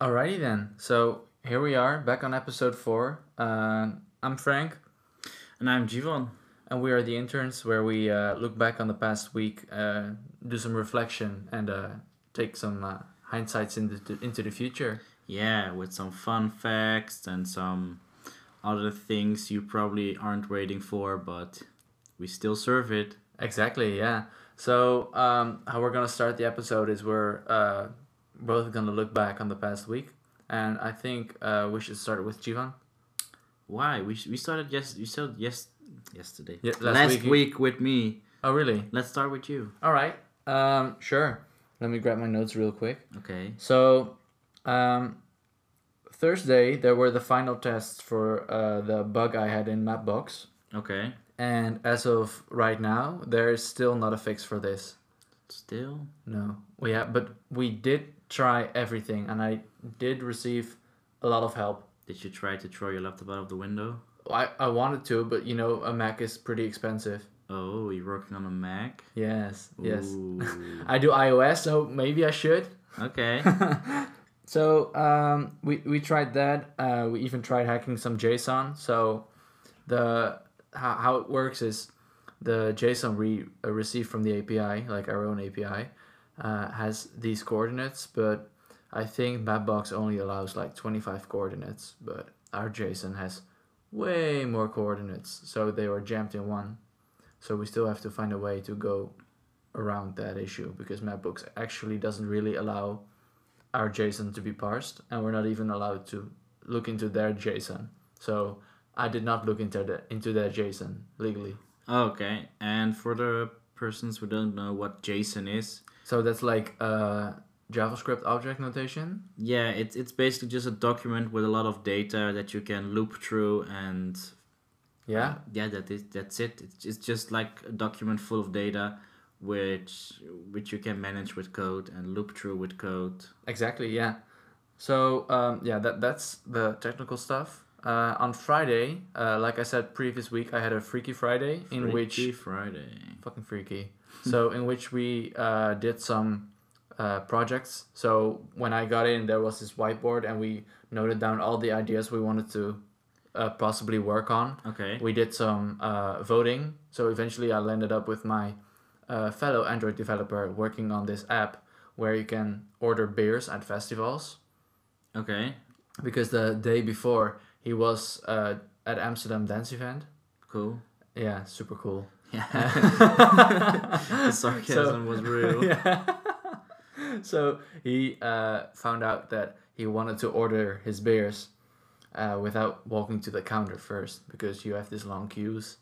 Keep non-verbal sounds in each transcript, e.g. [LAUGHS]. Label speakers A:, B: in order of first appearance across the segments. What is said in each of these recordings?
A: Alrighty then. So here we are back on episode four. Uh, I'm Frank,
B: And I'm Jivan.
A: and we are the interns, where we uh, look back on the past week, uh, do some reflection, and uh, take some uh, hindsights into the, into the future.
B: Yeah, with some fun facts and some other things you probably aren't waiting for, but we still serve it.
A: Exactly. Yeah. So um, how we're gonna start the episode is we're uh, both gonna look back on the past week, and I think uh, we should start with Jivan.
B: Why? We, sh- we started yes we started yes yesterday.
A: Yeah, last
B: last
A: week
B: week,
A: you-
B: with me.
A: Oh really?
B: Let's start with you.
A: All right. Um, sure. Let me grab my notes real quick.
B: Okay.
A: So, um, Thursday there were the final tests for uh, the bug I had in Mapbox,
B: Okay.
A: and as of right now, there is still not a fix for this.
B: Still.
A: No, we have, but we did try everything, and I did receive a lot of help.
B: Did you try to throw your laptop out of the window?
A: I, I wanted to, but you know, a Mac is pretty expensive.
B: Oh, you're working on a Mac?
A: Yes, yes.
B: Ooh.
A: I do iOS, so maybe I should. [LAUGHS]
B: okay.
A: So um, we we tried that. Uh, we even tried hacking some JSON. So the how, how it works is the JSON we uh, receive from the API, like our own API, uh, has these coordinates. But I think Mapbox only allows like twenty five coordinates, but our JSON has way more coordinates. So they were jammed in one. So we still have to find a way to go around that issue because Mapbox actually doesn't really allow our JSON to be parsed, and we're not even allowed to look into their JSON. So I did not look into the, into their JSON legally.
B: okay. And for the persons who don't know what JSON is,
A: So that's like uh, JavaScript object notation.
B: Yeah, it's it's basically just a document with a lot of data that you can loop through, and uh,
A: Yeah,
B: yeah, that is that's it. It's just, it's just like a document full of data, which which you can manage with code and loop through with code.
A: exactly. Yeah. So um, yeah, that that's the technical stuff. Uh, on Friday, uh, like I said previous week, I had a Freaky Friday in which
B: Freaky Friday.
A: fucking freaky. so in which we uh, did some uh, projects. So when I got in, there was this whiteboard, and we noted down all the ideas we wanted to uh, possibly work on.
B: Okay.
A: We did some uh, voting. So eventually, I landed up with my uh, fellow Android developer working on this app where you can order beers at festivals
B: Okay.
A: because the day before he was uh, at Amsterdam dance event.
B: Cool.
A: [LAUGHS] Yeah, super cool.
B: Yeah. the sarcasm was real.
A: Yeah. so he uh, found out that he wanted to order his beers uh, without walking to the counter first because you have these long queues.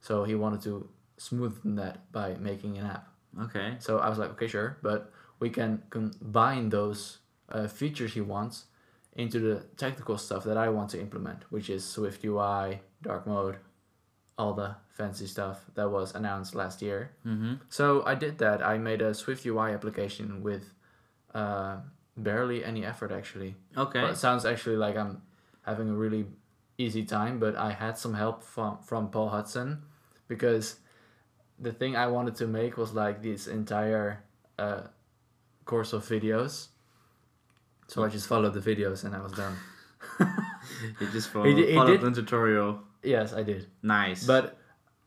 A: So he wanted to smoothen that by making an app.
B: Okay.
A: So I was like, okay, sure, but we can combine those uh, features he wants into the technical stuff that I want to implement, which is Swift UI, dark mode, all the fancy stuff that was announced last year.
B: Mm-hmm.
A: So I did that. I made a Swift UI application with uh, barely any effort, actually.
B: Okay.
A: Well, it sounds actually like I'm having a really easy time, but I had some help from from Paul Hudson because the thing I wanted to make was like this entire uh, course of videos. So I just followed the videos and I was done.
B: You just followed,
A: did- he did-
B: followed the tutorial.
A: yes, I did.
B: Nice.
A: But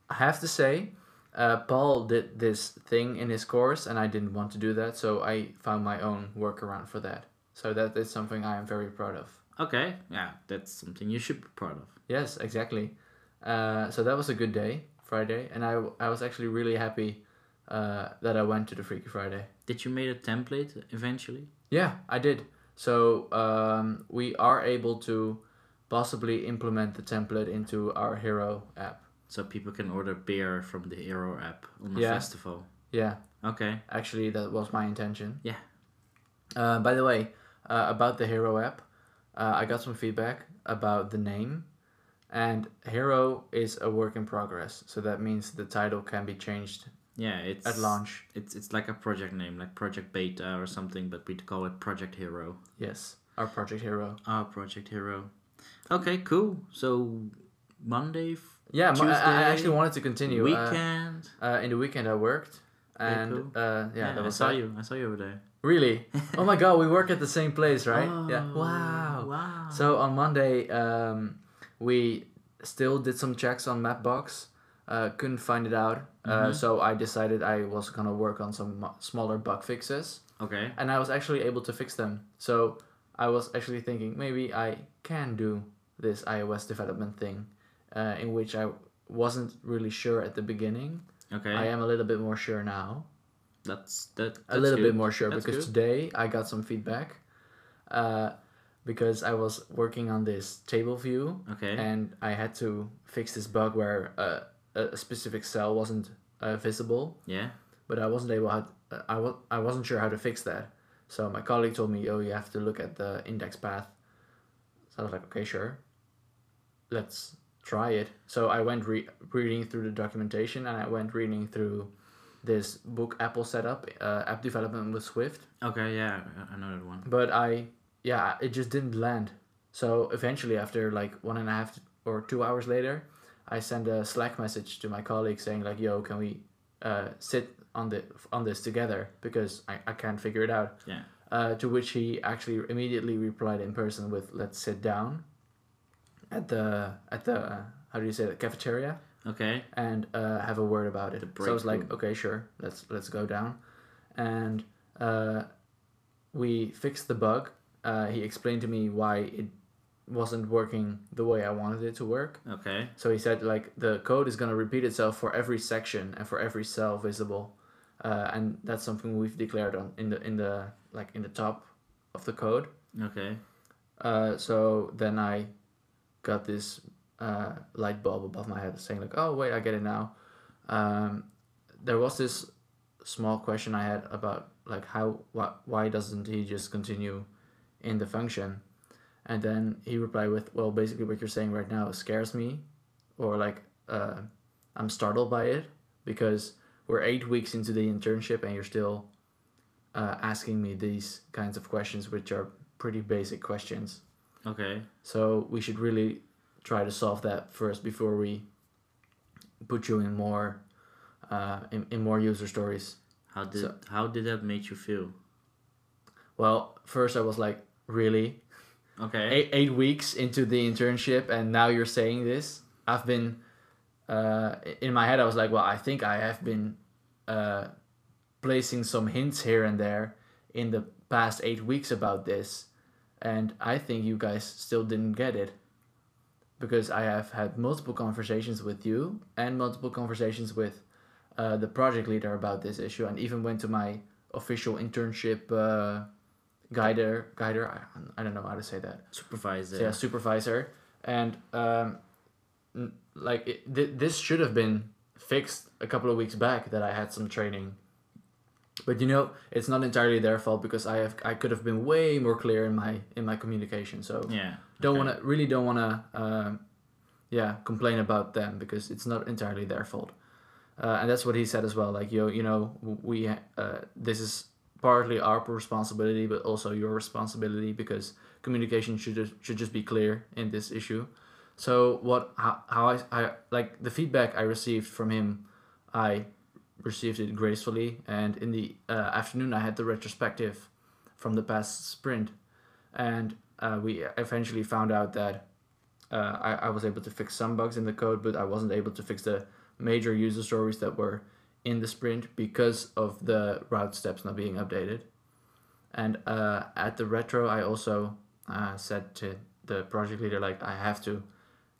A: I have to say, uh, Paul did this thing in his course, and I didn't want to do that, so I found my own workaround for that. So that is something I am very proud of.
B: okay. Yeah, that's something you should be proud of.
A: Yes, exactly. Uh, so that was a good day, Friday, and I, I was actually really happy uh, that I went to the Freaky Friday.
B: Did you made a template eventually?
A: Yeah, I did. So um, we are able to possibly implement the template into our Hero app.
B: So people can order beer from the Hero app on the
A: Yeah.
B: festival.
A: Yeah,
B: Okay.
A: actually, that was my intention.
B: Yeah.
A: Uh, by the way, uh, about the Hero app, uh, I got some feedback about the name, and Hero is a work in progress. So that means the title can be changed
B: Yeah, it's
A: at launch.
B: It's it's like a project name, like Project Beta or something, but we'd call it Project Hero.
A: Yes, our project Hero.
B: Ah, Project Hero. Okay, cool. So Monday f-
A: Yeah, mo- I- I, I
B: Tuesday,
A: actually wanted to continue. Uh,
B: weekend.
A: uh, in the weekend, I worked,
B: Very
A: and
B: cool.
A: uh, yeah,
B: yeah,
A: that
B: I
A: was
B: saw
A: that.
B: you. I saw you over there. [LAUGHS]
A: Really? oh my god, we work at the same place, right? yeah.
B: Oh,
A: Wow.
B: Wow.
A: So on Monday, um, we still did some checks on Mapbox. Uh, couldn't find it out,
B: Mm-hmm.
A: uh, so I decided I was gonna work on some mu- smaller bug fixes,
B: okay.
A: and I was actually able to fix them. So I was actually thinking maybe I can do this iOS development thing, uh, in which I wasn't really sure at the beginning.
B: Okay.
A: I am a little bit more sure now
B: that's that.
A: a little bit more sure
B: That's
A: because
B: good.
A: today I got some feedback uh, because I was working on this table view
B: Okay.
A: and I had to fix this bug where uh, a a specific cell wasn't uh, visible,
B: yeah.
A: but I wasn't able. How I was I wasn't sure how to fix that. So my colleague told me, "Oh, you have to look at the index path." So I was like, "Okay, sure, let's try it." So I went re- reading through the documentation and I went reading through this book Apple setup uh, app development with Swift
B: Okay. Yeah. I- I know that one.
A: but I yeah it just didn't land. So eventually, after like one and a half or two hours later, I sent a Slack message to my colleague saying like, "Yo, can we uh, sit on the on this together because I, I can't figure it out."
B: Yeah.
A: Uh, to which he actually immediately replied in person with, "Let's sit down." At the at the uh, how do you say that cafeteria
B: Okay.
A: and uh, have a word about it. So I was like,
B: breakthrough.
A: okay, sure, let's let's go down, and uh, we fixed the bug. Uh, he explained to me why it wasn't working the way I wanted it to work.
B: Okay.
A: So he said like the code is gonna repeat itself for every section and for every cell visible, uh, and that's something we've declared on in the in the like in the top of the code.
B: Okay.
A: Uh, so then I got this uh, light bulb above my head saying like, oh wait, I get it now. Um, there was this small question I had about like how why, why doesn't he just continue in the function? And then he replied with, well, basically what you're saying right now scares me, or like uh, I'm startled by it because we're eight weeks into the internship and you're still uh, asking me these kinds of questions, which are pretty basic questions.
B: Okay.
A: So we should really try to solve that first before we put you in more uh, in, in more user stories.
B: How did
A: So-
B: how did that make you feel?
A: Well, first I was like, really,
B: Okay.
A: eight, eight weeks into the internship, and now you're saying this. I've been uh, in my head. I was like, well, I think I have been uh, placing some hints here and there in the past eight weeks about this, and I think you guys still didn't get it because I have had multiple conversations with you and multiple conversations with uh, the project leader about this issue, and even went to my official internship uh, guider. Guider, I, I don't know how to say that
B: Supervisor.
A: yeah, supervisor, and um, n- like it, th- this should have been fixed a couple of weeks back that I had some training. But you know, it's not entirely their fault because I have I could have been way more clear in my in my communication. So
B: Yeah.
A: don't
B: okay.
A: want to really don't want to um, yeah complain about them because it's not entirely their fault uh, and that's what he said as well like yo you know w- we uh, this is partly our responsibility but also your responsibility because communication should just, should just be clear in this issue so what how, how I, I like the feedback i received from him i received it gracefully and in the uh, afternoon i had the retrospective from the past sprint and uh, we eventually found out that uh, I, I was able to fix some bugs in the code, but I wasn't able to fix the major user stories that were in the sprint because of the route steps not being updated. And uh, at the retro, I also uh, said to the project leader, like, I have to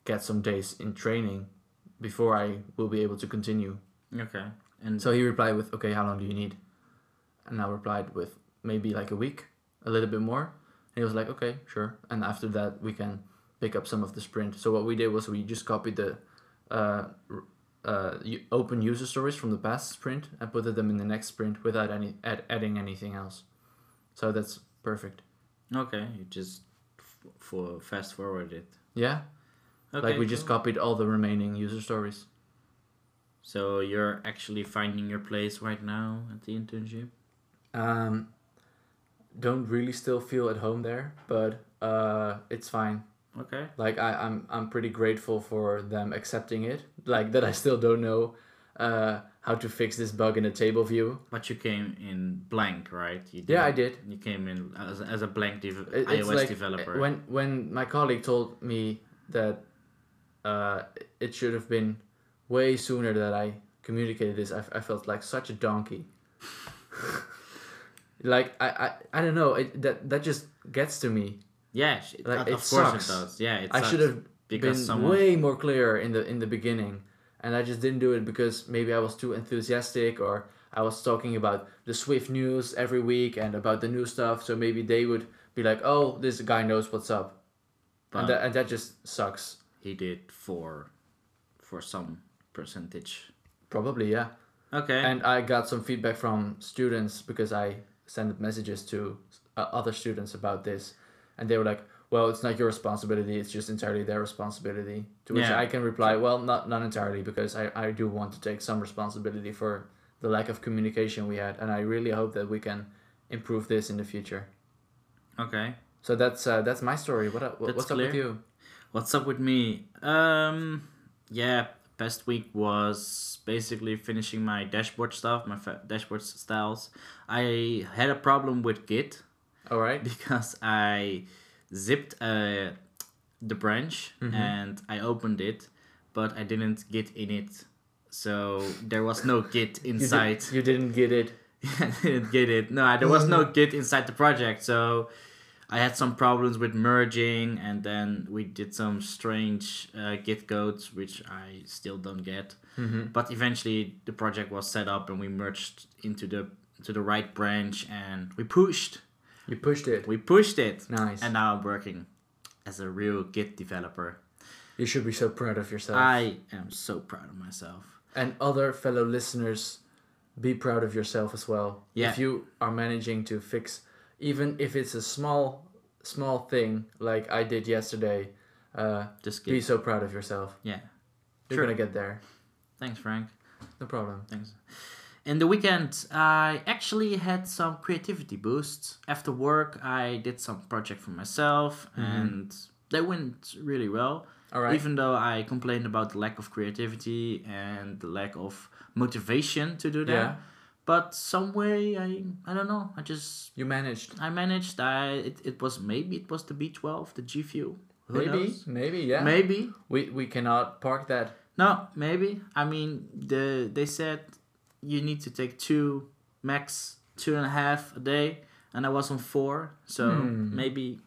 A: get some days in training before I will be able to continue.
B: Okay. And
A: So he replied with, "Okay, how long do you need?" And I replied with, "Maybe like a week, a little bit more." And he was like, "Okay, sure." And after that, we can pick up some of the sprint. So what we did was we just copied the uh, r- uh, u- open user stories from the past sprint and put them in the next sprint without any add, adding anything else. So that's perfect.
B: okay, you just f- for fast forward it.
A: Yeah,
B: Okay.
A: like we just
B: cool.
A: copied all the remaining user stories.
B: So you're actually finding your place right now at the internship.
A: Um, don't really still feel at home there, but uh, it's fine.
B: Okay.
A: like I, I'm I'm pretty grateful for them accepting it. Like that I still don't know uh, how to fix this bug in a table view.
B: But you came in blank, right? You
A: Yeah, I
B: didn't-
A: did.
B: You came in as, as a blank dev-
A: It- it's
B: iOS
A: like,
B: developer.
A: uh, When when my colleague told me that uh, it should have been way sooner that I communicated this, I, f- I felt like such a donkey. [LAUGHS] like I, I I don't know it, that that just gets to me.
B: yeah, sh-
A: like,
B: of
A: it
B: course
A: sucks.
B: it does. Yeah, it
A: I
B: sucks
A: should have
B: because
A: been
B: someone
A: way more clear in the in the beginning, and I just didn't do it because maybe I was too enthusiastic or I was talking about the Swift news every week and about the new stuff. So maybe they would be like, "Oh, this guy knows what's up,"
B: But-
A: and that and that just sucks.
B: he did for for some percentage.
A: Probably, yeah.
B: Okay.
A: And I got some feedback from students because I sent messages to uh, other students about this, and they were like, "Well, it's not your responsibility; it's just entirely their responsibility." To which
B: Yeah.
A: I can reply, "Well, not not entirely because I I do want to take some responsibility for the lack of communication we had, and I really hope that we can improve this in the future."
B: okay.
A: So that's uh, that's my story. What, up- what
B: That's
A: what's up with
B: clear.
A: you?
B: What's up with me? Um, yeah, past week was basically finishing my dashboard stuff, my fa- dashboard s- styles. I had a problem with Git [LAUGHS]
A: All right.
B: because I zipped uh, the branch
A: Mm-hmm.
B: and I opened it, but I didn't Git in it. So there was no
A: [LAUGHS]
B: Git
A: You,
B: inside.
A: did, you didn't get it.
B: I didn't [LAUGHS] get it. No, there was no Git inside the project, so I had some problems with merging, and then we did some strange uh, Git codes, which I still don't get. But eventually, the project was set up, and we merged into the to the right branch, and we pushed,
A: You pushed it.
B: we pushed it,
A: Nice.
B: and now I'm working as a real Git developer.
A: You should be so proud of yourself.
B: I am so proud of myself.
A: and other fellow listeners be proud of yourself as well
B: Yeah.
A: if you are managing to fix even if it's a small small thing like i did yesterday uh,
B: Just
A: be
B: Git.
A: so proud of yourself
B: Yeah.
A: you're
B: Sure.
A: gonna get there
B: Thanks, Frank.
A: no problem
B: Thanks. In the weekend, I actually had some creativity boosts. After work, I did some project for myself,
A: Mm-hmm.
B: and they went really well.
A: all right
B: Even though I complained about the lack of creativity and the lack of motivation to do that,
A: Yeah.
B: but some way I I don't know. I just
A: you managed
B: I managed. I it, it was maybe it was the B twelve, the G Fuel. Who
A: maybe
B: knows?
A: maybe yeah
B: Maybe
A: we we cannot park that
B: no, maybe. I mean, the they said you need to take two max two and a half a day, and I was on four, so maybe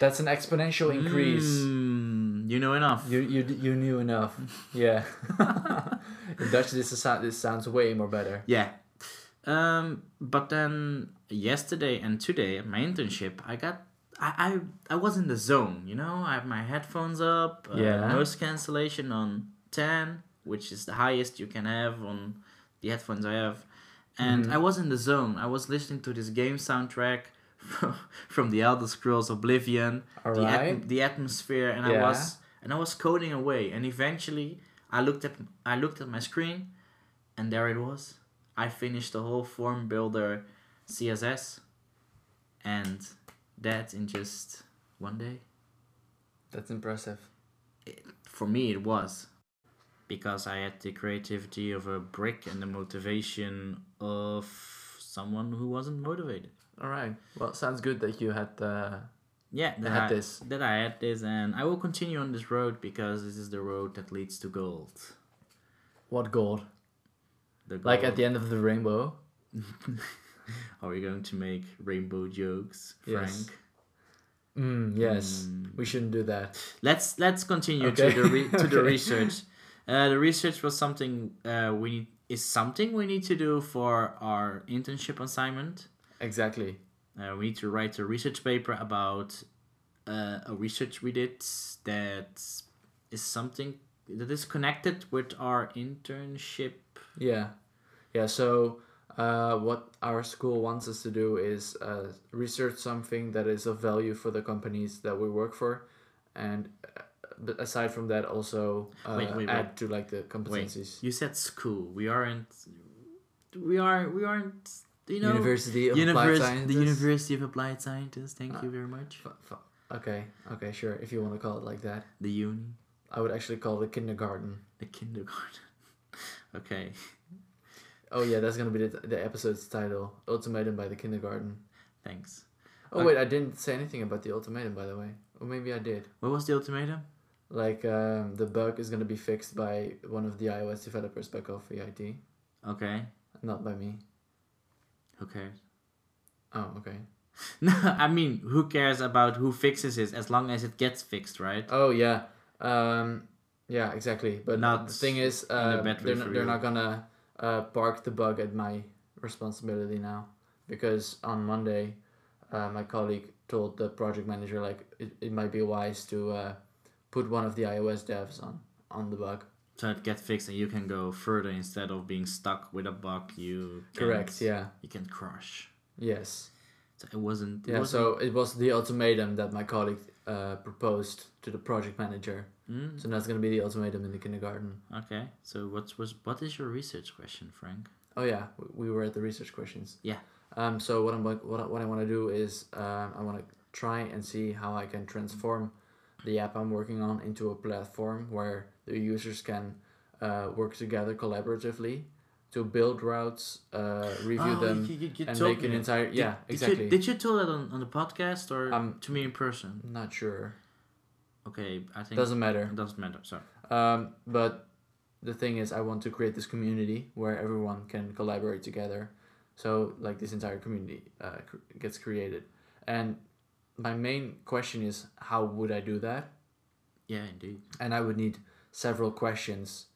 A: that's an exponential increase
B: Mm, you know enough.
A: you, you you knew [LAUGHS] enough yeah in dutch this is this sounds way more better
B: Yeah. Um, but then yesterday and today, at my internship, I got. I, I, I was in the zone, you know? I have my headphones up, uh,
A: Yeah.
B: noise cancellation on 10, which is the highest you can have on the headphones I have. And
A: Mm-hmm.
B: I was in the zone. I was listening to this game soundtrack [LAUGHS] from, from The Elder Scrolls Oblivion, the,
A: Alright.
B: the atmosphere, and I
A: Yeah.
B: was and I was coding away. And eventually, I looked at I looked at my screen, and there it was. I finished the whole form builder CSS and that in just one day.
A: that's impressive
B: For me, it was because I had the creativity of a brick and the motivation of someone who wasn't motivated.
A: all right well sounds good that you had uh, the
B: Yeah, that
A: had
B: I,
A: this.
B: That I had this, and I will continue on this road because this is the road that leads to gold.
A: what gold
B: The gold.
A: Like at the end of the rainbow.
B: Are we going to make rainbow jokes, Frank?
A: Yes. Mm, yes, we shouldn't do that.
B: let's let's continue
A: Okay.
B: to the re- to
A: [LAUGHS]
B: the
A: Okay.
B: research. Uh, the research was something uh, we need is something we need to do for our internship assignment.
A: Exactly.
B: Uh, we need to write a research paper about uh, a research we did that is something that is connected with our internship.
A: Yeah, yeah. So uh, what our school wants us to do is uh, research something that is of value for the companies that we work for, and uh, but aside from that, also uh,
B: Wait, wait,
A: add to like the
B: Wait,
A: competencies.
B: you said school. We aren't. We are. We aren't. You know.
A: University of
B: Univers-
A: Applied Ah. Sciences.
B: the University of Applied Sciences. Thank you very much.
A: F- f- Okay, okay, sure. If you want to call it like that,
B: The uni.
A: I would actually call it kindergarten.
B: The kindergarten. [LAUGHS] Okay.
A: Oh yeah, that's gonna be the, the episode's title: Ultimatum by the Kindergarten.
B: Thanks.
A: Oh
B: Okay.
A: wait, I didn't say anything about the ultimatum, by the way. Or maybe I did.
B: What was the ultimatum?
A: Like um, the bug is gonna be fixed by one of the iOS developers back off VIT,
B: Okay.
A: not by me.
B: Who cares? [LAUGHS]
A: Oh okay.
B: No, I mean, who cares about who fixes it as long as it gets fixed, right?
A: Oh yeah. Um, yeah, exactly. But
B: Not
A: the thing is,
B: a
A: uh,
B: bad way
A: they're, not,
B: for
A: they're
B: you.
A: not gonna uh, park the bug at my responsibility now because on Monday, uh, my colleague told the project manager like it, it might be wise to uh, put one of the iOS devs on on the bug.
B: So it gets fixed and you can go further instead of being stuck with a bug you can,
A: Correct. Yeah.
B: You can crush.
A: Yes.
B: So it wasn't. It
A: Yeah,
B: wasn't
A: so it was the ultimatum that my colleague uh, proposed to the project manager.
B: Mm,
A: So that's gonna be the ultimatum in the kindergarten.
B: okay. So what's was what is your research question, Frank?
A: Oh yeah, w- we were at the research questions.
B: Yeah.
A: Um. So what I'm like- what I- what I want to do is um, I want to try and see how I can transform the app I'm working on into a platform where the users can uh, work together collaboratively to build routes, uh, review
B: Oh,
A: them,
B: you- you- you
A: and
B: told
A: make an
B: me.
A: entire
B: Did-
A: yeah
B: did
A: exactly.
B: You, did you tell that on, on the podcast or
A: Um,
B: to me in person?
A: Not sure.
B: Okay, I think
A: Doesn't matter.
B: it doesn't matter. So
A: Um, but the thing is, I want to create this community where everyone can collaborate together. So, like, this entire community uh, cr- gets created. And my main question is, how would I do that?
B: yeah, indeed.
A: And I would need several questions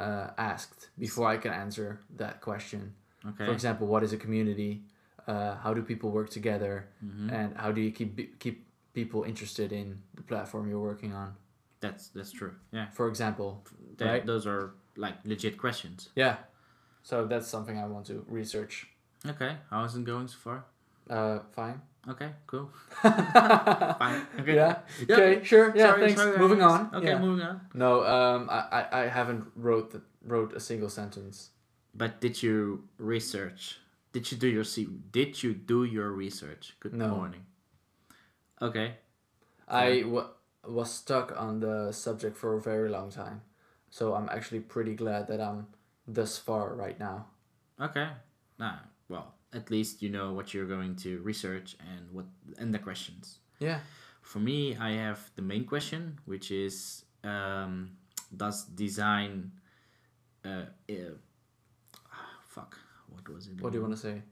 A: uh, asked before I can answer that question.
B: Okay.
A: For example, what is a community? Uh, how do people work together? And how do you keep keep people interested in the platform you're working on?
B: That's that's true. Yeah.
A: For example,
B: That,
A: Right.
B: Those are like legit questions.
A: Yeah. So that's something I want to research.
B: Okay. How is it going so far?
A: Uh, [LAUGHS] fine.
B: Okay. Cool.
A: Fine. [LAUGHS]
B: Fine. Okay.
A: Yeah.
B: Yeah.
A: Okay. Sure. Yeah.
B: Sorry,
A: thanks.
B: sorry,
A: Moving
B: guys.
A: on.
B: Okay,
A: Yeah.
B: moving on.
A: no. Um. I, I, I haven't wrote the, wrote a single sentence.
B: But did you research? Did you do your se- Did you do your research? Good
A: No.
B: morning. Okay.
A: I wa- was stuck on the subject for a very long time, so I'm actually pretty glad that I'm this far right now.
B: Okay. Nah. Well, at least you know what you're going to research and what and the questions.
A: Yeah.
B: For me, I have the main question, which is um, does design. Uh, uh, ah, fuck. What was it?
A: What do you want to say?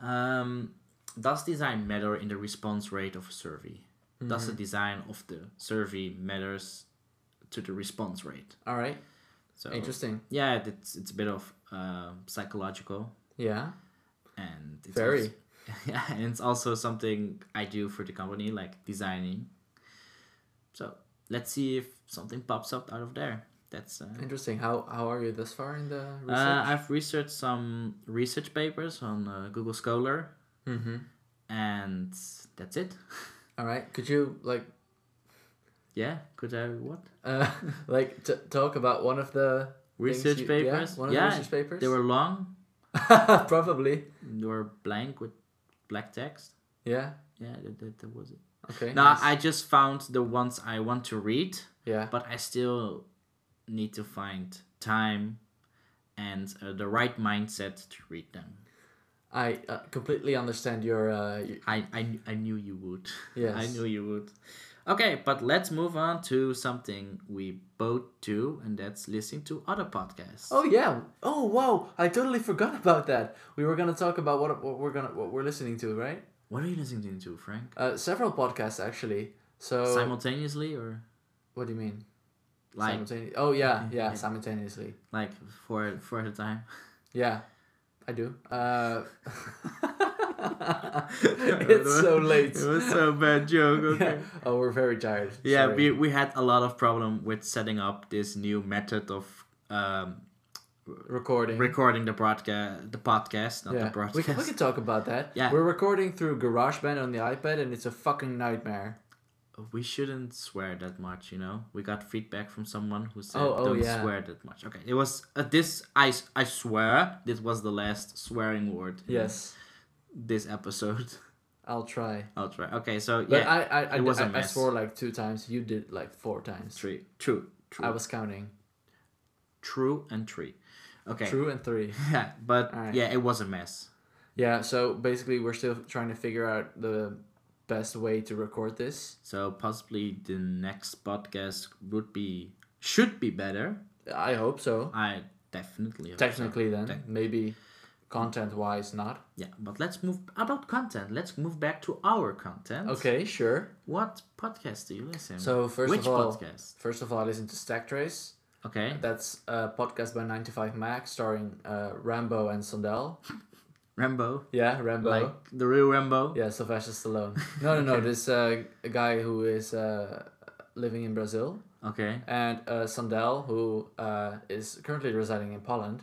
B: Um, does design matter in the response rate of a survey? Does
A: Mm-hmm.
B: the design of the survey matters to the response rate?
A: All right.
B: So
A: Interesting.
B: yeah, it's it's a bit of uh, psychological
A: Yeah.
B: and it's
A: Very.
B: also- [LAUGHS] yeah, and it's also something I do for the company, like designing. So let's see if something pops up out of there. That's uh,
A: Interesting. How how are you this far in the research?
B: uh, I've researched some research papers on uh, Google Scholar,
A: mm-hmm.
B: and that's it.
A: All right. Could you like
B: Yeah, could I what?
A: uh, [LAUGHS] like t- talk about one of the things
B: Research
A: you-
B: papers?
A: Yeah, one of
B: Yeah,
A: the research papers.
B: They were long,
A: [LAUGHS] probably.
B: they were blank with black text.
A: Yeah.
B: Yeah, that, that, that was it.
A: Okay.
B: No,
A: nice.
B: I just found the ones I want to read,
A: yeah.
B: but I still need to find time and uh, the right mindset to read them.
A: I uh, completely understand your. Uh, y-
B: I, I, kn- I knew you would. [LAUGHS] I
A: Yes.
B: knew you would. Okay, but let's move on to something we both do, and that's listening to other podcasts.
A: oh yeah. Oh wow! I totally forgot about that. We were gonna talk about what, what we're gonna what we're listening to, right?
B: What are you listening to, Frank?
A: Uh, several podcasts actually. So
B: Simultaneously or
A: what do you mean?
B: like
A: Simultane- oh yeah, yeah,
B: yeah.
A: simultaneously.
B: like for for at a time.
A: Yeah, I do.
B: [LAUGHS]
A: Uh, [LAUGHS] it's so late.
B: [LAUGHS] It was so bad joke.
A: [LAUGHS]
B: Okay.
A: oh, we're very tired.
B: Yeah,
A: Sorry.
B: we, we had a lot of problem with setting up this new method of um,
A: recording.
B: recording the broadcast, the podcast, not
A: yeah. we,
B: the
A: can,
B: broadcast.
A: we can talk about that.
B: Yeah.
A: We're recording through GarageBand on the iPad and it's a fucking nightmare.
B: Mm. [LAUGHS] We shouldn't swear that much, you know. We got feedback from someone who said
A: Oh, oh,
B: don't
A: yeah.
B: swear that much. Okay, it was uh, this. I s- I swear this was the last swearing word. in
A: Yes.
B: This episode. [LAUGHS]
A: I'll try.
B: I'll try. Okay, so
A: But
B: yeah,
A: I I, I,
B: it was a
A: I- I
B: mess.
A: swore like two times. You did like four times.
B: Three. True. True.
A: I was counting.
B: true and three. Okay.
A: True and three.
B: Yeah, [LAUGHS] but
A: Alright.
B: yeah, it was a mess.
A: Yeah, so basically we're still trying to figure out the best way to record this.
B: So possibly the next podcast would be should be better.
A: I hope so.
B: I definitely hope so.
A: Technically then, maybe content wise not.
B: Yeah, but let's move about content. Let's move back to our content.
A: Okay, sure.
B: What podcast do you listen?
A: So first
B: which
A: of all,
B: podcast?
A: first of all, I listen to Stack Trace.
B: Okay,
A: That's a podcast by 95 Mac starring uh, Rambo and Sundell.
B: Rambo,
A: Yeah, Rambo.
B: like the real Rambo.
A: Yeah, Sylvester [LAUGHS] Stallone. No, no, no. This uh, a guy who is uh, living in Brazil
B: Okay,
A: and uh, Sundell who uh, is currently residing in Poland.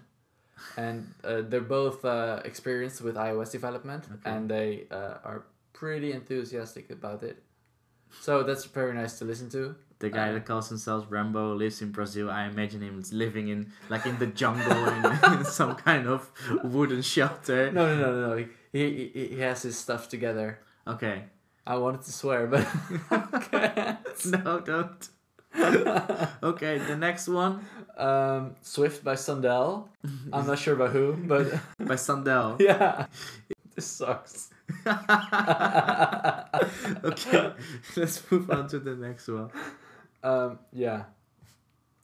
A: And uh, they're both uh, experienced with iOS development and they uh, are pretty enthusiastic about it. So that's very nice to listen to.
B: the
A: Uh,
B: guy that calls himself Rambo lives in Brazil. I imagine him living in like
A: [LAUGHS]
B: in the jungle in, [LAUGHS] in some kind of wooden shelter.
A: No, no, no, no. no. He, he, he has his stuff together.
B: Okay, [LAUGHS]
A: I wanted to swear, but [LAUGHS]
B: no, don't. Okay, the next one
A: um, Swift by Sundell. I'm not sure by who, but [LAUGHS]
B: by Sandel. [LAUGHS]
A: yeah, this sucks.
B: okay, [LAUGHS] let's move on to the next one.
A: Um, yeah.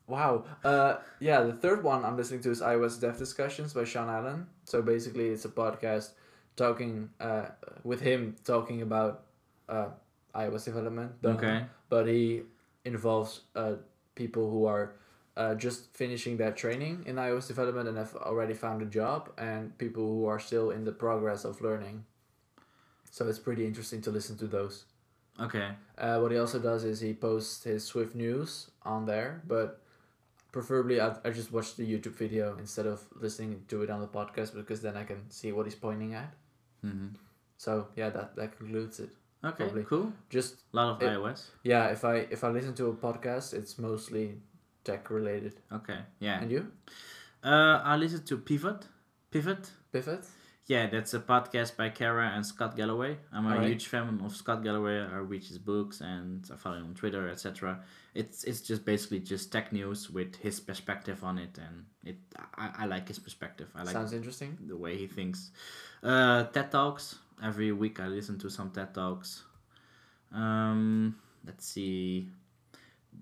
A: Wow. Uh, yeah, the third one I'm listening to is iOS Dev Discussions by Sean Allen. So basically, it's a podcast talking uh, with him talking about uh, iOS development. The-
B: Okay.
A: But he involves uh, people who are uh, just finishing their training in iOS development and have already found a job, and people who are still in the progress of learning. So it's pretty interesting to listen to those.
B: Okay.
A: Uh, what he also does is he posts his Swift news on there, but preferably I, I just watch the YouTube video instead of listening to it on the podcast because then I can see what he's pointing at.
B: hmm
A: So yeah, that that concludes it.
B: Okay.
A: Probably.
B: Cool.
A: Just
B: A lot of
A: It-
B: iOS.
A: yeah, if I if I listen to a podcast, it's mostly tech related.
B: Okay. Yeah.
A: And you,
B: Uh, I listen to Pivot. Pivot.
A: Pivot?
B: Yeah, that's a podcast by Kara and Scott Galloway. I'm a
A: Alright.
B: huge fan of Scott Galloway. I read his books and I follow him on Twitter, etc. It's it's just basically just tech news with his perspective on it, and it I, I like his perspective. I like
A: Sounds interesting.
B: the way he thinks. Uh, TED Talks. Every week I listen to some TED Talks. Um, let's see.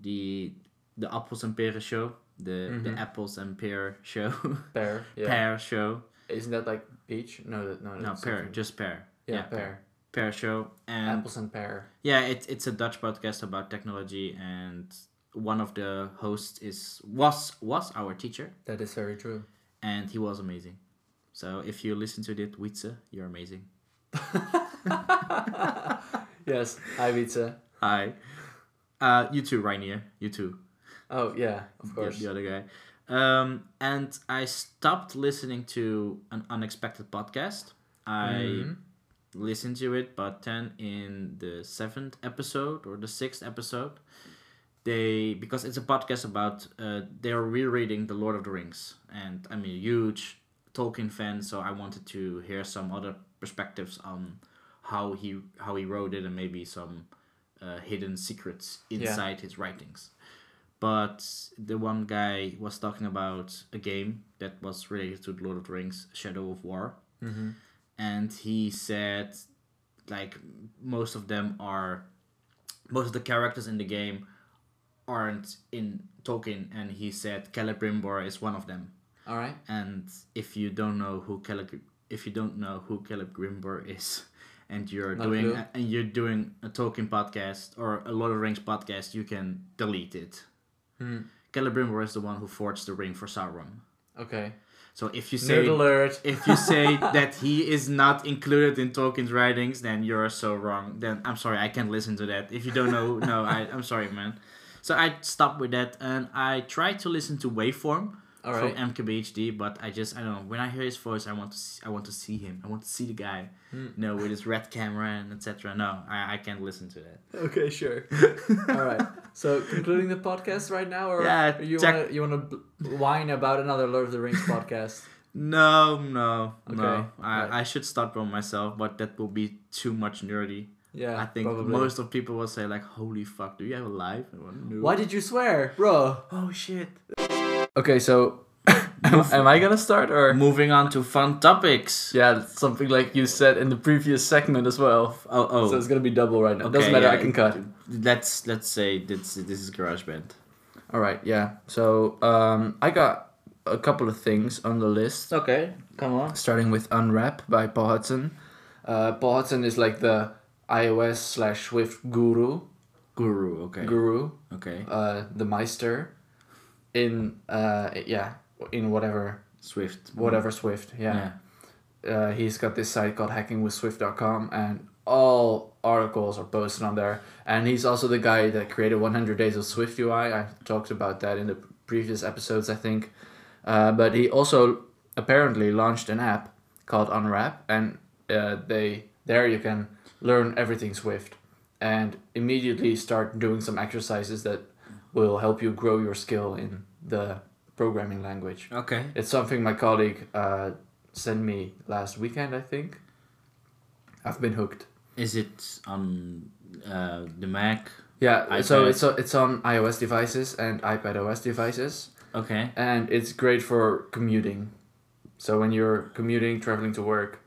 B: The the apples and pear show. The the apples and pear show. [LAUGHS]
A: Pear. Mm-hmm. Yeah.
B: pear show.
A: Isn't that like peach? No, that- no,
B: No,
A: that's
B: pear.
A: something-
B: Just pear.
A: Yeah,
B: pear.
A: pear.
B: Pear show. And
A: Apples and pear.
B: yeah, it, it's a Dutch podcast about technology and one of the hosts is was was our teacher
A: That is very true.
B: and he was amazing. So if you listen to that Wietse, you're amazing.
A: Yes, Ibiza.
B: Hi. Uh, you too, Rainier. You too.
A: Oh yeah, of
B: The,
A: course.
B: the other guy. Um, and I stopped listening to an unexpected podcast. I
A: Mm-hmm.
B: listened to it, but then in the seventh episode or the sixth episode, they because it's a podcast about uh, they're rereading the Lord of the Rings, and I'm a huge Tolkien fan, so I wanted to hear some other perspectives on how he how he wrote it and maybe some uh, hidden secrets inside his writings. But the one guy was talking about a game that was related to the Lord of the Rings, Shadow of War, and he said, like most of them are, most of the characters in the game aren't in Tolkien, and he said Celebrimbor is one of them.
A: All right.
B: And if you don't know who Caleb, if you don't know who Caleb Grimbor is, [LAUGHS] and you're
A: Not a
B: doing
A: clue.
B: and you're doing a Tolkien podcast or a Lord of the Rings podcast, you can delete it.
A: Hmm.
B: Caleb Grimbor is the one who forged the ring for Sauron.
A: Okay.
B: So if you say
A: Nerd alert.
B: if you say that he is not included in Tolkien's writings, then you're so wrong. Then I'm sorry, I can't listen to that. If you don't know, no, I, I'm sorry, man. So I stopped with that, and I tried to listen to Waveform
A: All
B: from
A: right.
B: MKBHD, but I just I don't know. When I hear his voice, I want to see, I want to see him. I want to see the guy,
A: Hmm.
B: you know, with his red camera and etc. No, I, I can't listen to that.
A: Okay, sure. [LAUGHS] All right. So concluding the podcast right now, or
B: Yeah,
A: you
B: check-
A: wanna you wanna b- whine about another Lord of the Rings
B: [LAUGHS]
A: podcast?
B: No, no,
A: Okay,
B: no. I,
A: right.
B: I should start by myself, but that will be too much nerdy.
A: Yeah,
B: I think
A: probably.
B: most of people will say like, "Holy fuck, do you have a life?" And I'm like, "No."
A: Why did you swear, bro?
B: Oh shit.
A: Okay, so [COUGHS] am, am I gonna start or?
B: Moving on to fun topics.
A: Yeah, it's something like you said in the previous segment as well.
B: Oh, oh.
A: So it's gonna be double right now.
B: Okay,
A: Doesn't matter. I
B: yeah,
A: can cut.
B: let's let's say this this is GarageBand.
A: All right. Yeah. So um, I got a couple of things on the list.
B: Okay, come on.
A: starting with Unwrap by Paul Hudson. Uh, Paul Hudson is like the iOS slash Swift guru,
B: Guru. Okay.
A: guru,
B: Okay.
A: uh, the Meister, in uh, yeah, in whatever
B: Swift.
A: whatever Swift. Mm. Yeah,
B: Yeah.
A: Uh, he's got this site called HackingWithSwift.com, and all articles are posted on there. And he's also the guy that created 100 Days of Swift UI. I talked about that in the previous episodes, I think. Uh, but he also apparently launched an app called Unwrap, and uh, they there you can learn everything Swift, and immediately start doing some exercises that will help you grow your skill in the programming language.
B: Okay.
A: It's something my colleague uh, sent me last weekend, I think. I've been hooked.
B: Is it on uh, the Mac?
A: Yeah, so
B: iPad.
A: it's uh, it's on iOS devices and iPad OS devices,
B: Okay.
A: and it's great for commuting. So when you're commuting, traveling to work,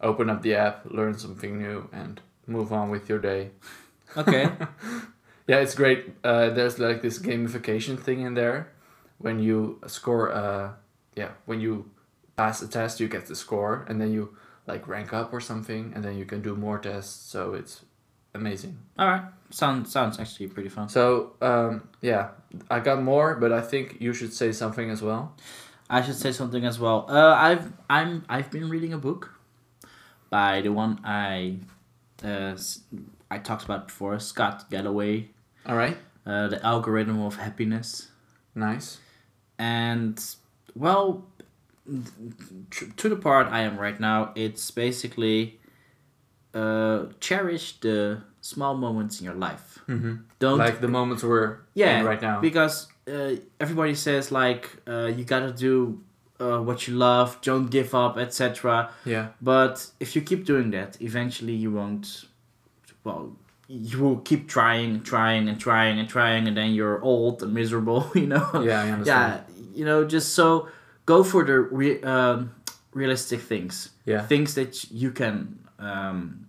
A: open up the app, learn something new, and move on with your day.
B: [LAUGHS] Okay.
A: Yeah, it's great. Uh, there's like this gamification thing in there. When you score, uh, yeah, when you pass a test, you get the score, and then you like rank up or something, and then you can do more tests. So it's amazing.
B: All right. Sounds sounds actually pretty fun.
A: So um, yeah, I got more, but I think you should say something as well.
B: I should say something as well. Uh, I've I'm I've been reading a book by the one I uh, s- I talked about before, Scott Galloway,
A: All right,
B: uh, the algorithm of happiness,
A: nice.
B: and well, tr- to the part I am right now, it's basically uh, cherish the small moments in your life.
A: Mm-hmm.
B: Don't
A: Like the moments we're
B: yeah
A: in right now.
B: because uh, everybody says like uh, you gotta do uh, what you love don't give up etc
A: Yeah,
B: but if you keep doing that eventually you won't well you will keep trying trying and trying and trying and then you're old and miserable [LAUGHS] you know
A: yeah, I
B: yeah
A: understand.
B: you know just so go for the re- um, realistic things
A: Yeah,
B: things that you can um,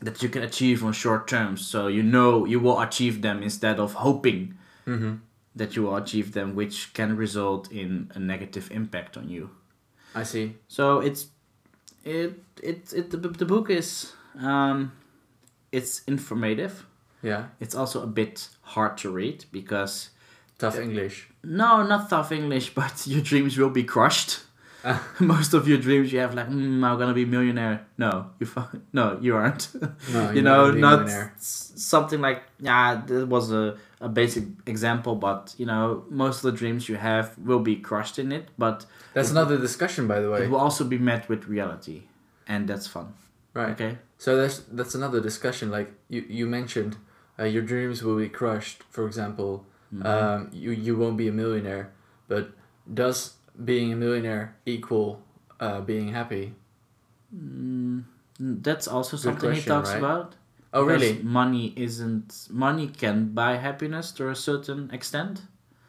B: that you can achieve on short terms so you know you will achieve them instead of hoping
A: Mhm.
B: that you will achieve them which can result in a negative impact on you
A: I see.
B: so it's it it, it the, the book is um, it's informative
A: Yeah,
B: it's also a bit hard to read because
A: tough English.
B: no not tough english [LAUGHS] but your dreams will be
A: [LAUGHS]
B: crushed most of your dreams you have like mm, i'm gonna be a millionaire no you fu- [LAUGHS] no you aren't [LAUGHS]
A: No,
B: you know,
A: being a
B: not
A: millionaire.
B: s- something like yeah, that was a, a basic example, but you know, most of the dreams you have will be crushed in it, but
A: That's another discussion, by the way.
B: it will also be met with reality, and that's fun.
A: Right.
B: Okay.
A: So that's that's another discussion. Like you you mentioned, uh, your dreams will be crushed. For example,
B: Mm-hmm.
A: um, you you won't be a millionaire. But does being a millionaire equal uh, being happy?
B: Mm, That's also something he
A: question,
B: talks
A: right?
B: about.
A: Oh
B: because
A: really?
B: Money isn't money can buy happiness to a certain extent.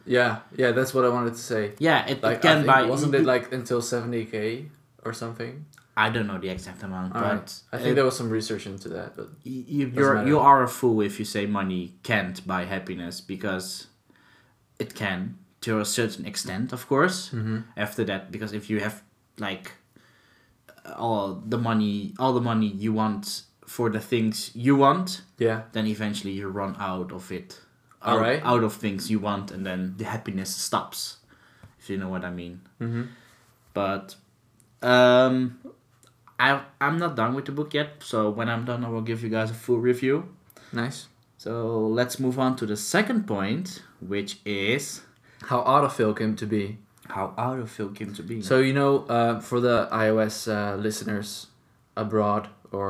A: Yeah, yeah. That's what I wanted to say.
B: Yeah, it,
A: Like
B: it
A: I
B: can
A: think-
B: buy.
A: wasn't it like until seventy k or something?
B: I don't know the exact amount, but
A: Alright. I think
B: it-
A: there was some research into that, but
B: you,
A: Doesn't
B: you're
A: matter.
B: you are a fool if you say money can't buy happiness because it can to a certain extent of course
A: Mm-hmm.
B: after that because if you have like all the money all the money you want for the things you want
A: yeah,
B: then eventually you run out of it out,
A: Alright.
B: out of things you want and then the happiness stops if you know what i mean
A: mm-hmm.
B: but um I, i'm not done with the book yet so when i'm done i will give you guys a full review
A: nice.
B: so let's move on to the second point, which is
A: How autofill came to be.
B: how autofill came to be.
A: So you know, uh, for the iOS uh, listeners abroad or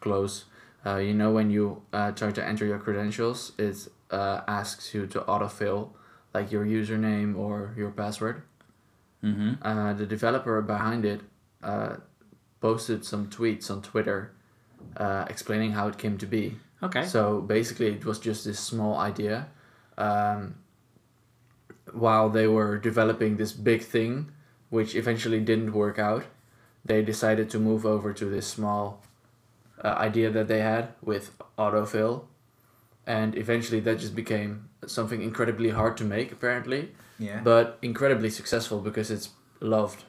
A: close, uh, you know when you uh, try to enter your credentials, it uh, asks you to autofill like your username or your password.
B: mm-hmm.
A: Uh, the developer behind it uh, posted some tweets on Twitter uh, explaining how it came to be.
B: Okay.
A: So basically, it was just this small idea. Um, while they were developing this big thing, which eventually didn't work out, they decided to move over to this small uh, idea that they had with autofill. And eventually that just became something incredibly hard to make, apparently,
B: Yeah.
A: but incredibly successful because it's loved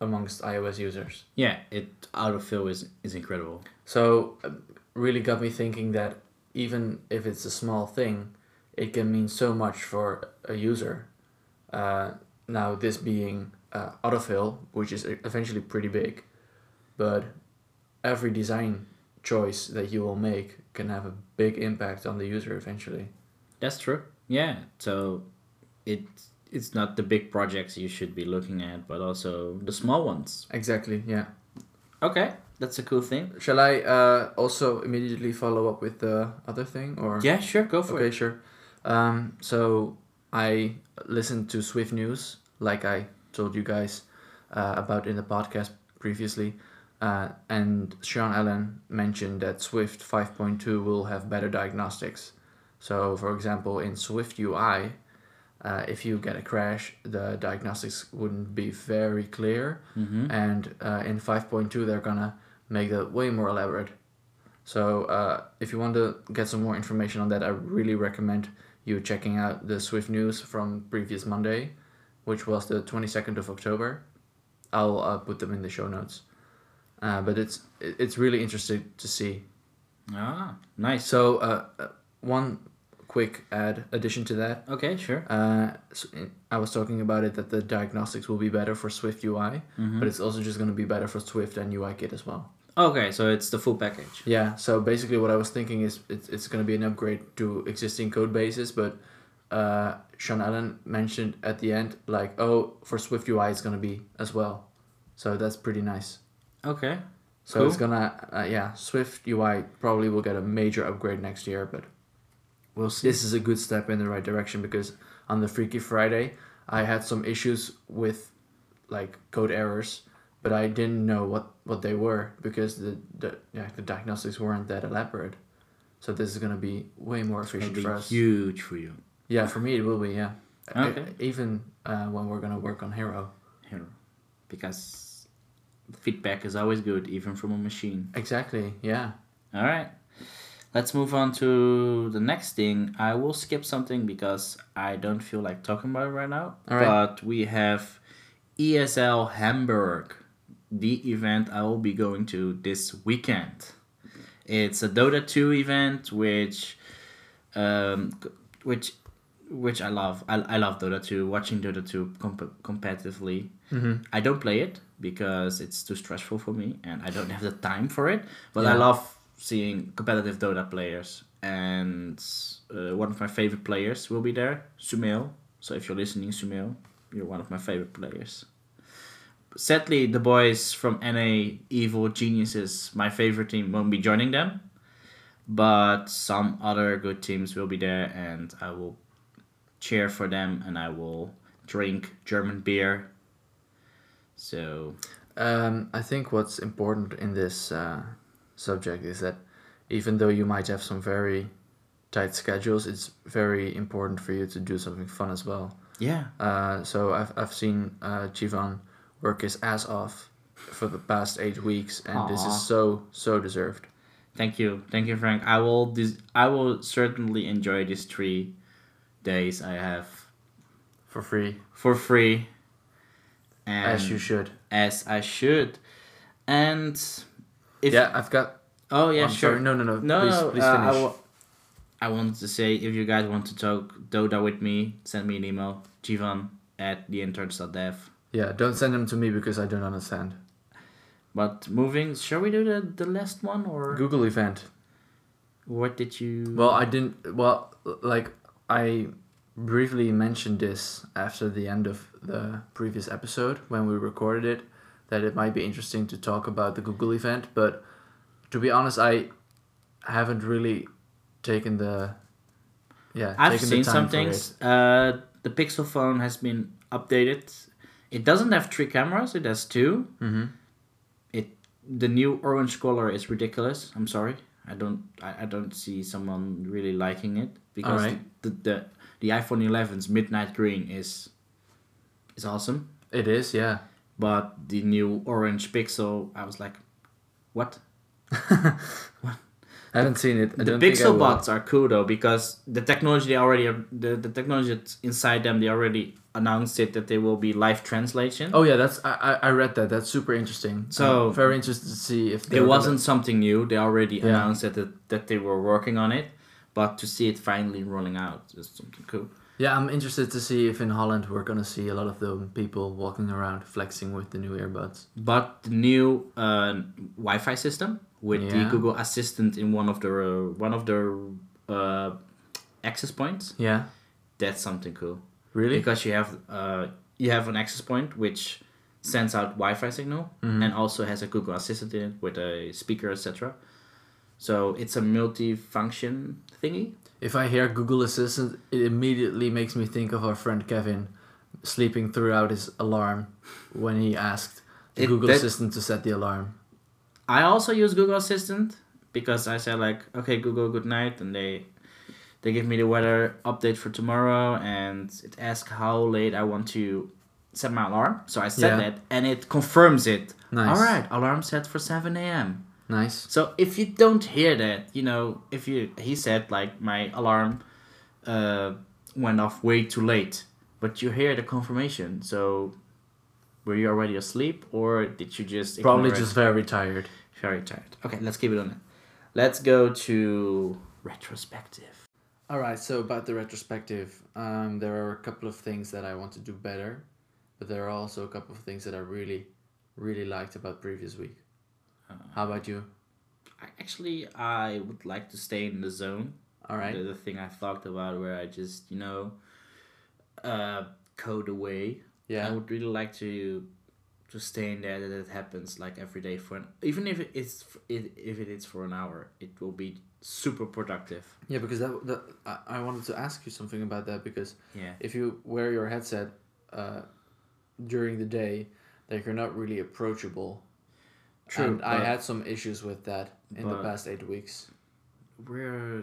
A: amongst iOS users.
B: yeah, it autofill is is incredible.
A: So, uh, really got me thinking that even if it's a small thing, it can mean so much for a user. Uh, now, this being uh, autofill, which is e, eventually pretty big, but every design choice that you will make can have a big impact on the user eventually.
B: That's true. Yeah. So it it's not the big projects you should be looking at, but also the small ones.
A: Exactly, yeah.
B: Okay, that's a cool thing.
A: Shall I uh, also immediately follow up with the other thing? or
B: Yeah, sure, go for
A: Okay,
B: it.
A: sure. Um, so I listened to Swift News, like I told you guys uh, about in the podcast previously, uh, and Sean Allen mentioned that Swift 5.2 will have better diagnostics. So, for example, in Swift UI, uh, if you get a crash, the diagnostics wouldn't be very clear,
B: Mm-hmm.
A: and uh, in 5.2 they're gonna make that way more elaborate so uh, if you want to get some more information on that i really recommend you checking out the swift news from previous monday which was the 22nd of october i'll uh, put them in the show notes uh, but it's it- it's really interesting to see
B: Ah, nice.
A: so uh, uh, one quick add addition to that
B: Okay, sure.
A: uh, so I was talking about it that the diagnostics will be better for Swift UI, but it's also just going to be better for Swift and UIKit as well.
B: Okay, so it's the full package.
A: Yeah. So basically, what I was thinking is it's, it's going to be an upgrade to existing code bases, but uh, Sean Allen mentioned at the end like, oh, for Swift UI it's going to be as well. So that's pretty nice.
B: Okay.
A: So
B: Cool.
A: it's gonna, uh, yeah, Swift UI probably will get a major upgrade next year, but
B: We'll see.
A: this is a good step in the right direction because on the Freaky Friday, I had some issues with like code errors, but I didn't know what, what they were because the, the yeah, the diagnostics weren't that elaborate. So this is gonna be way more
B: It'll
A: efficient
B: be
A: for us.
B: huge for you.
A: Yeah, for me it will be. Yeah, E-
B: Okay.
A: even uh, when we're gonna work on Hero.
B: Hero. Because feedback is always good, even from a machine.
A: Exactly. Yeah.
B: All right. Let's move on to the next thing. I will skip something because I don't feel like talking about it right now.
A: All right.
B: But we have ESL Hamburg, the event I will be going to this weekend. It's a Dota 2 event which um c- which which I love. I, I love Dota 2, watching Dota 2 comp- competitively. I don't play it because it's too stressful for me and I don't [LAUGHS] have the time for it. But I
A: Yeah.
B: love seeing competitive Dota players. And uh, one of my favorite players will be there, Sumail. So if you're listening, Sumail, you're one of my favorite players. Sadly, the boys from NA, Evil Geniuses, my favorite team, won't be joining them. But some other good teams will be there and I will cheer for them and I will drink German beer. So
A: Um, I think what's important in this uh, subject is that even though you might have some very tight schedules, it's very important for you to do something fun as well.
B: yeah,
A: Uh, so I've, I've seen uh, Jivan work his ass off for the past eight weeks, and this
B: Aw.
A: is so, so deserved.
B: thank you, thank you, Frank. I will dis- I will certainly enjoy these three days I have
A: For free,
B: for free, and
A: as you should.
B: as I should, and if
A: Yeah, I've got.
B: oh yeah
A: I'm
B: sure
A: sorry, No, no, no.
B: no
A: please,
B: no,
A: please
B: uh,
A: finish.
B: I, w- I wanted to say if you guys want to talk Doda with me, send me an email, Jivan at theinterns.dev.
A: Yeah, don't send them to me because I don't understand.
B: But moving, shall we do the, the last one or
A: Google event.
B: what did you?
A: Well, I didn't. Well, like I briefly mentioned this after the end of the previous episode when we recorded it, that it might be interesting to talk about the Google event. But to be honest, I haven't really taken the yeah.
B: I've
A: taken
B: seen
A: the time
B: some
A: for it.
B: things. Uh, the Pixel phone has been updated. It doesn't have three cameras. It has 2 Mm-hmm. It the new orange color is ridiculous. I'm sorry. I don't I, I don't see someone really liking it because
A: Alright.
B: the, the, the the iPhone 11's midnight green is is awesome,
A: It is, yeah.
B: but the new orange pixel I was like, what?
A: I haven't seen it. I
B: the
A: don't think I
B: pixel
A: will.
B: bots are cool though because the technology they already the, the technology that's inside them they already announced it that they will be live translation.
A: Oh yeah, that's I, I I read that. That's super interesting.
B: So-
A: I'm very interested to see if
B: it
A: they're
B: wasn't something new. They already
A: Yeah.
B: announced that, that that they were working on it, but to see it finally rolling out is something cool.
A: gonna- yeah, I'm interested to see if in Holland we're gonna see a lot of the people walking around flexing with the new earbuds.
B: But the new uh, Wi-Fi system with the
A: Yeah.
B: Google Assistant in one of the uh, one of the uh, access points,
A: Yeah,
B: that's something cool.
A: really?
B: Because you have uh, you have an access point which sends out Wi-Fi signal
A: Mhm.
B: and also has a Google Assistant in it with a speaker, etc. So it's a multi-function thingy.
A: If I hear Google Assistant, it immediately makes me think of our friend Kevin sleeping throughout his alarm when he asked the
B: It-
A: Google
B: that-
A: Assistant to set the alarm.
B: I also use Google Assistant because I say like, okay, Google, good night, and they they give me the weather update for tomorrow, and it asks how late I want to set my alarm. So I set
A: Yeah.
B: that, and it confirms it.
A: Nice.
B: All right, alarm set for seven a.m.
A: Nice.
B: So if you don't hear that, you know, if you he said like my alarm uh, went off way too late, but you hear the confirmation, so. Were you already asleep, or did you just ignore
A: Probably
B: it?
A: just very tired.
B: Very tired. Okay, let's keep it on it. Let's go to retrospective.
A: All right, so about the retrospective, um, there are a couple of things that I want to do better, but there are also a couple of things that I really, really liked about previous week. How about you?
B: I- Actually, I would like to stay in the zone.
A: All right.
B: The, the thing I've talked about where I just, you know, uh, code away. I
A: Yeah.
B: would really like to to stay in there that it happens like every day for an, even if it's f- it, if it is for an hour, it will be super productive.
A: Yeah, because that, that I, I wanted to ask you something about that because
B: Yeah.
A: if you wear your headset uh, during the day, like you're not really approachable.
B: True,
A: And I
B: but-
A: had some issues with that in the
B: but-
A: past eight weeks.
B: where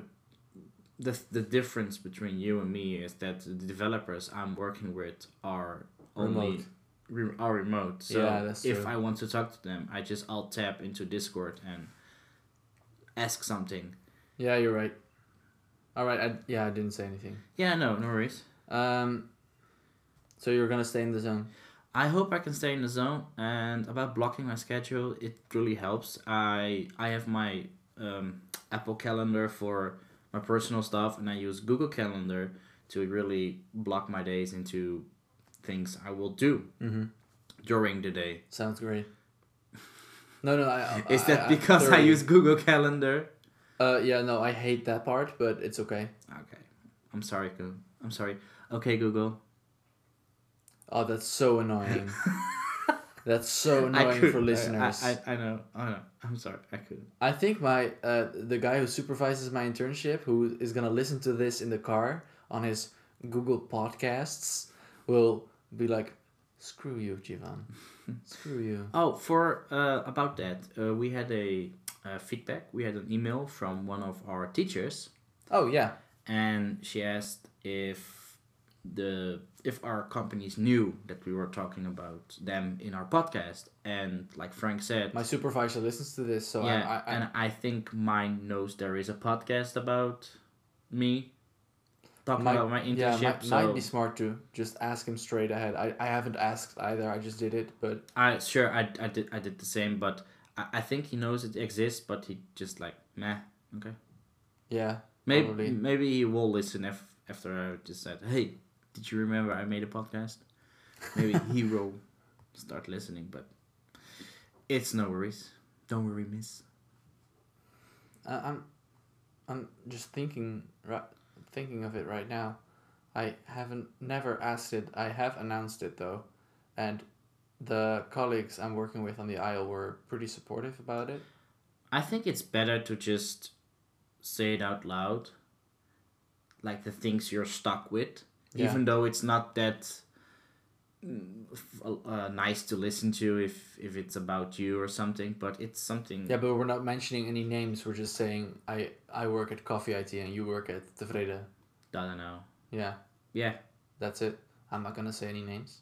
B: the the difference between you and me is that the developers I'm working with are only
A: Remote.
B: re- are remote. So
A: Yeah, that's
B: if
A: true.
B: I want to talk to them, I just I'll tap into Discord and ask something.
A: Yeah, you're right. All right. I, yeah, I didn't say anything.
B: Yeah, no, no worries.
A: Um, so you're gonna stay in the zone.
B: I hope I can stay in the zone. And about blocking my schedule, it really helps. I I have my um, Apple Calendar for my personal stuff, and I use Google Calendar to really block my days into things I will do
A: Mm-hmm.
B: during the day.
A: Sounds great. No, no. I,
B: [LAUGHS] Is that
A: I-
B: Uh, because I
A: thoroughly-
B: use Google Calendar?
A: Uh, yeah, no, I hate that part, but it's okay.
B: Okay, I'm sorry, Google. I'm sorry. Okay, Google.
A: Oh, that's so
B: [LAUGHS]
A: annoying. that's so annoying
B: could-
A: for listeners.
B: I, I, I know. I know. I'm sorry. I couldn't.
A: I think my uh, the guy who supervises my internship, who is gonna listen to this in the car on his Google Podcasts, will be like, "Screw you,
B: [LAUGHS]
A: Jivan. Screw you."
B: Oh, for uh, about that, uh, we had a uh, feedback. We had an email from one of our teachers,
A: Oh yeah,
B: and she asked if the if our companies knew that we were talking about them in our podcast. And like Frank said,
A: my supervisor listens to this, so
B: yeah,
A: Oh, I, I, I
B: and I think mine knows there is a podcast about me talking
A: Might-
B: about my
A: yeah,
B: internship.
A: might,
B: so
A: might be smart to just ask him straight ahead. I, I haven't asked either. I just did it, but
B: I sure I, I did I did the same, but I, I think he knows it exists, but he just like meh. Okay.
A: yeah,
B: Maybe
A: Probably.
B: maybe he will listen if after I just said, "Hey, did you remember I made a podcast?" Maybe [LAUGHS] he will start listening, but it's no worries. Don't worry, miss.
A: I, I'm I'm just thinking right, thinking of it right now. I haven't never asked it. I have announced it though, and the colleagues I'm working with on the aisle were pretty supportive about it.
B: I think it's better to just say it out loud, like the things you're stuck with,
A: Yeah.
B: even though it's not that uh, nice to listen to if if it's about you or something, but it's something.
A: Yeah, but we're not mentioning any names. We're just saying I I work at Coffee IT and you work at Tevrede.
B: I don't know.
A: Yeah,
B: Yeah,
A: that's it. I'm not gonna say any names.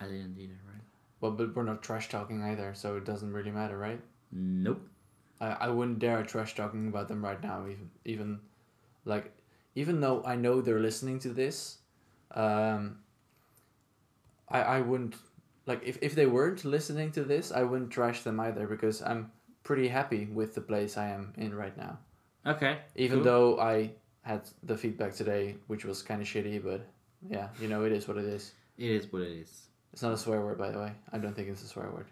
B: I didn't either, right?
A: Well, but we're not trash talking either, so it doesn't really matter, right?
B: Nope.
A: I, I wouldn't dare trash talking about them right now. Even even, like, even though I know they're listening to this, um. I I wouldn't like if if they weren't listening to this, I wouldn't trash them either because I'm pretty happy with the place I am in right now.
B: Okay.
A: Even
B: cool.
A: though I had the feedback today, which was kind of shitty, but yeah, you know it is what it is.
B: it is what it is.
A: It's not a swear word, by the way. I don't think it's a swear word.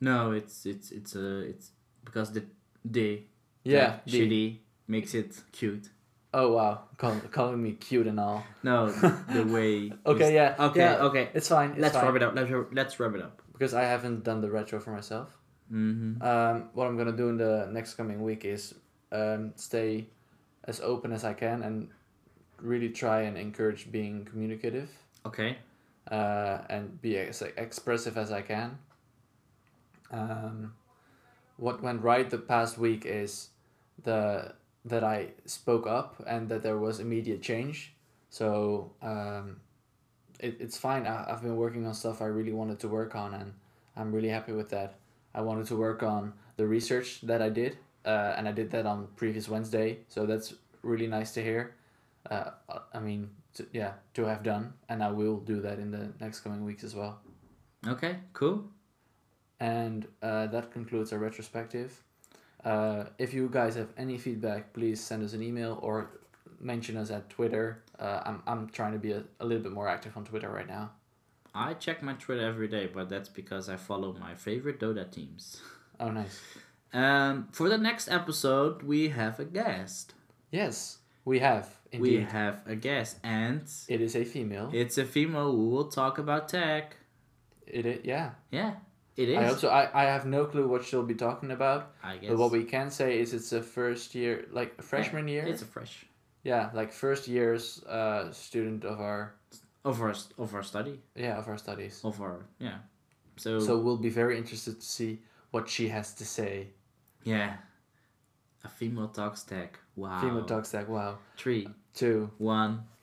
B: No, it's it's it's a it's because the the
A: Yeah.
B: the
A: the-
B: shitty makes it cute.
A: Oh wow, Call, calling me cute and all. [LAUGHS]
B: No, the way.
A: Okay, yeah.
B: Okay,
A: yeah.
B: okay.
A: It's fine. It's
B: Let's
A: fine.
B: rub it up. Let's rub- let's rub it up.
A: because I haven't done the retro for myself.
B: Mm-hmm.
A: Um, what I'm gonna do in the next coming week is um, stay as open as I can and really try and encourage being communicative
B: Okay.
A: uh, and be as expressive as I can. Um, what went right the past week is the that I spoke up and that there was immediate change. So um, it, it's fine. I, I've been working on stuff I really wanted to work on, and I'm really happy with that. I wanted to work on the research that I did, uh, and I did that on previous Wednesday. So that's really nice to hear. Uh, I mean, to, yeah, to have done, and I will do that in the next coming weeks as well.
B: Okay. Cool.
A: And uh, that concludes our retrospective. Uh, if you guys have any feedback, please send us an email or mention us at Twitter. Uh, I'm, I'm trying to be a, a little bit more active on Twitter right now.
B: I check my Twitter every day, but that's because I follow my favorite Dota teams.
A: Oh, nice.
B: Um, for the next episode, we have a guest.
A: Yes, we have.
B: We
A: Indeed.
B: have a guest, and
A: It is a female.
B: it's a female who will talk about tech.
A: It, it yeah.
B: Yeah, it is.
A: I hope so. I, I have no clue what she'll be talking about,
B: I guess.
A: but what we can say is it's a first year, like a freshman year.
B: It's a fresh
A: yeah, like first year's uh, student of our
B: of our st- of our study
A: yeah of our studies.
B: of our yeah. So,
A: So we'll be very interested to see what she has to say.
B: yeah, a female talks tech. Wow.
A: Female talk stack. Wow.
B: Three,
A: Two.
B: one.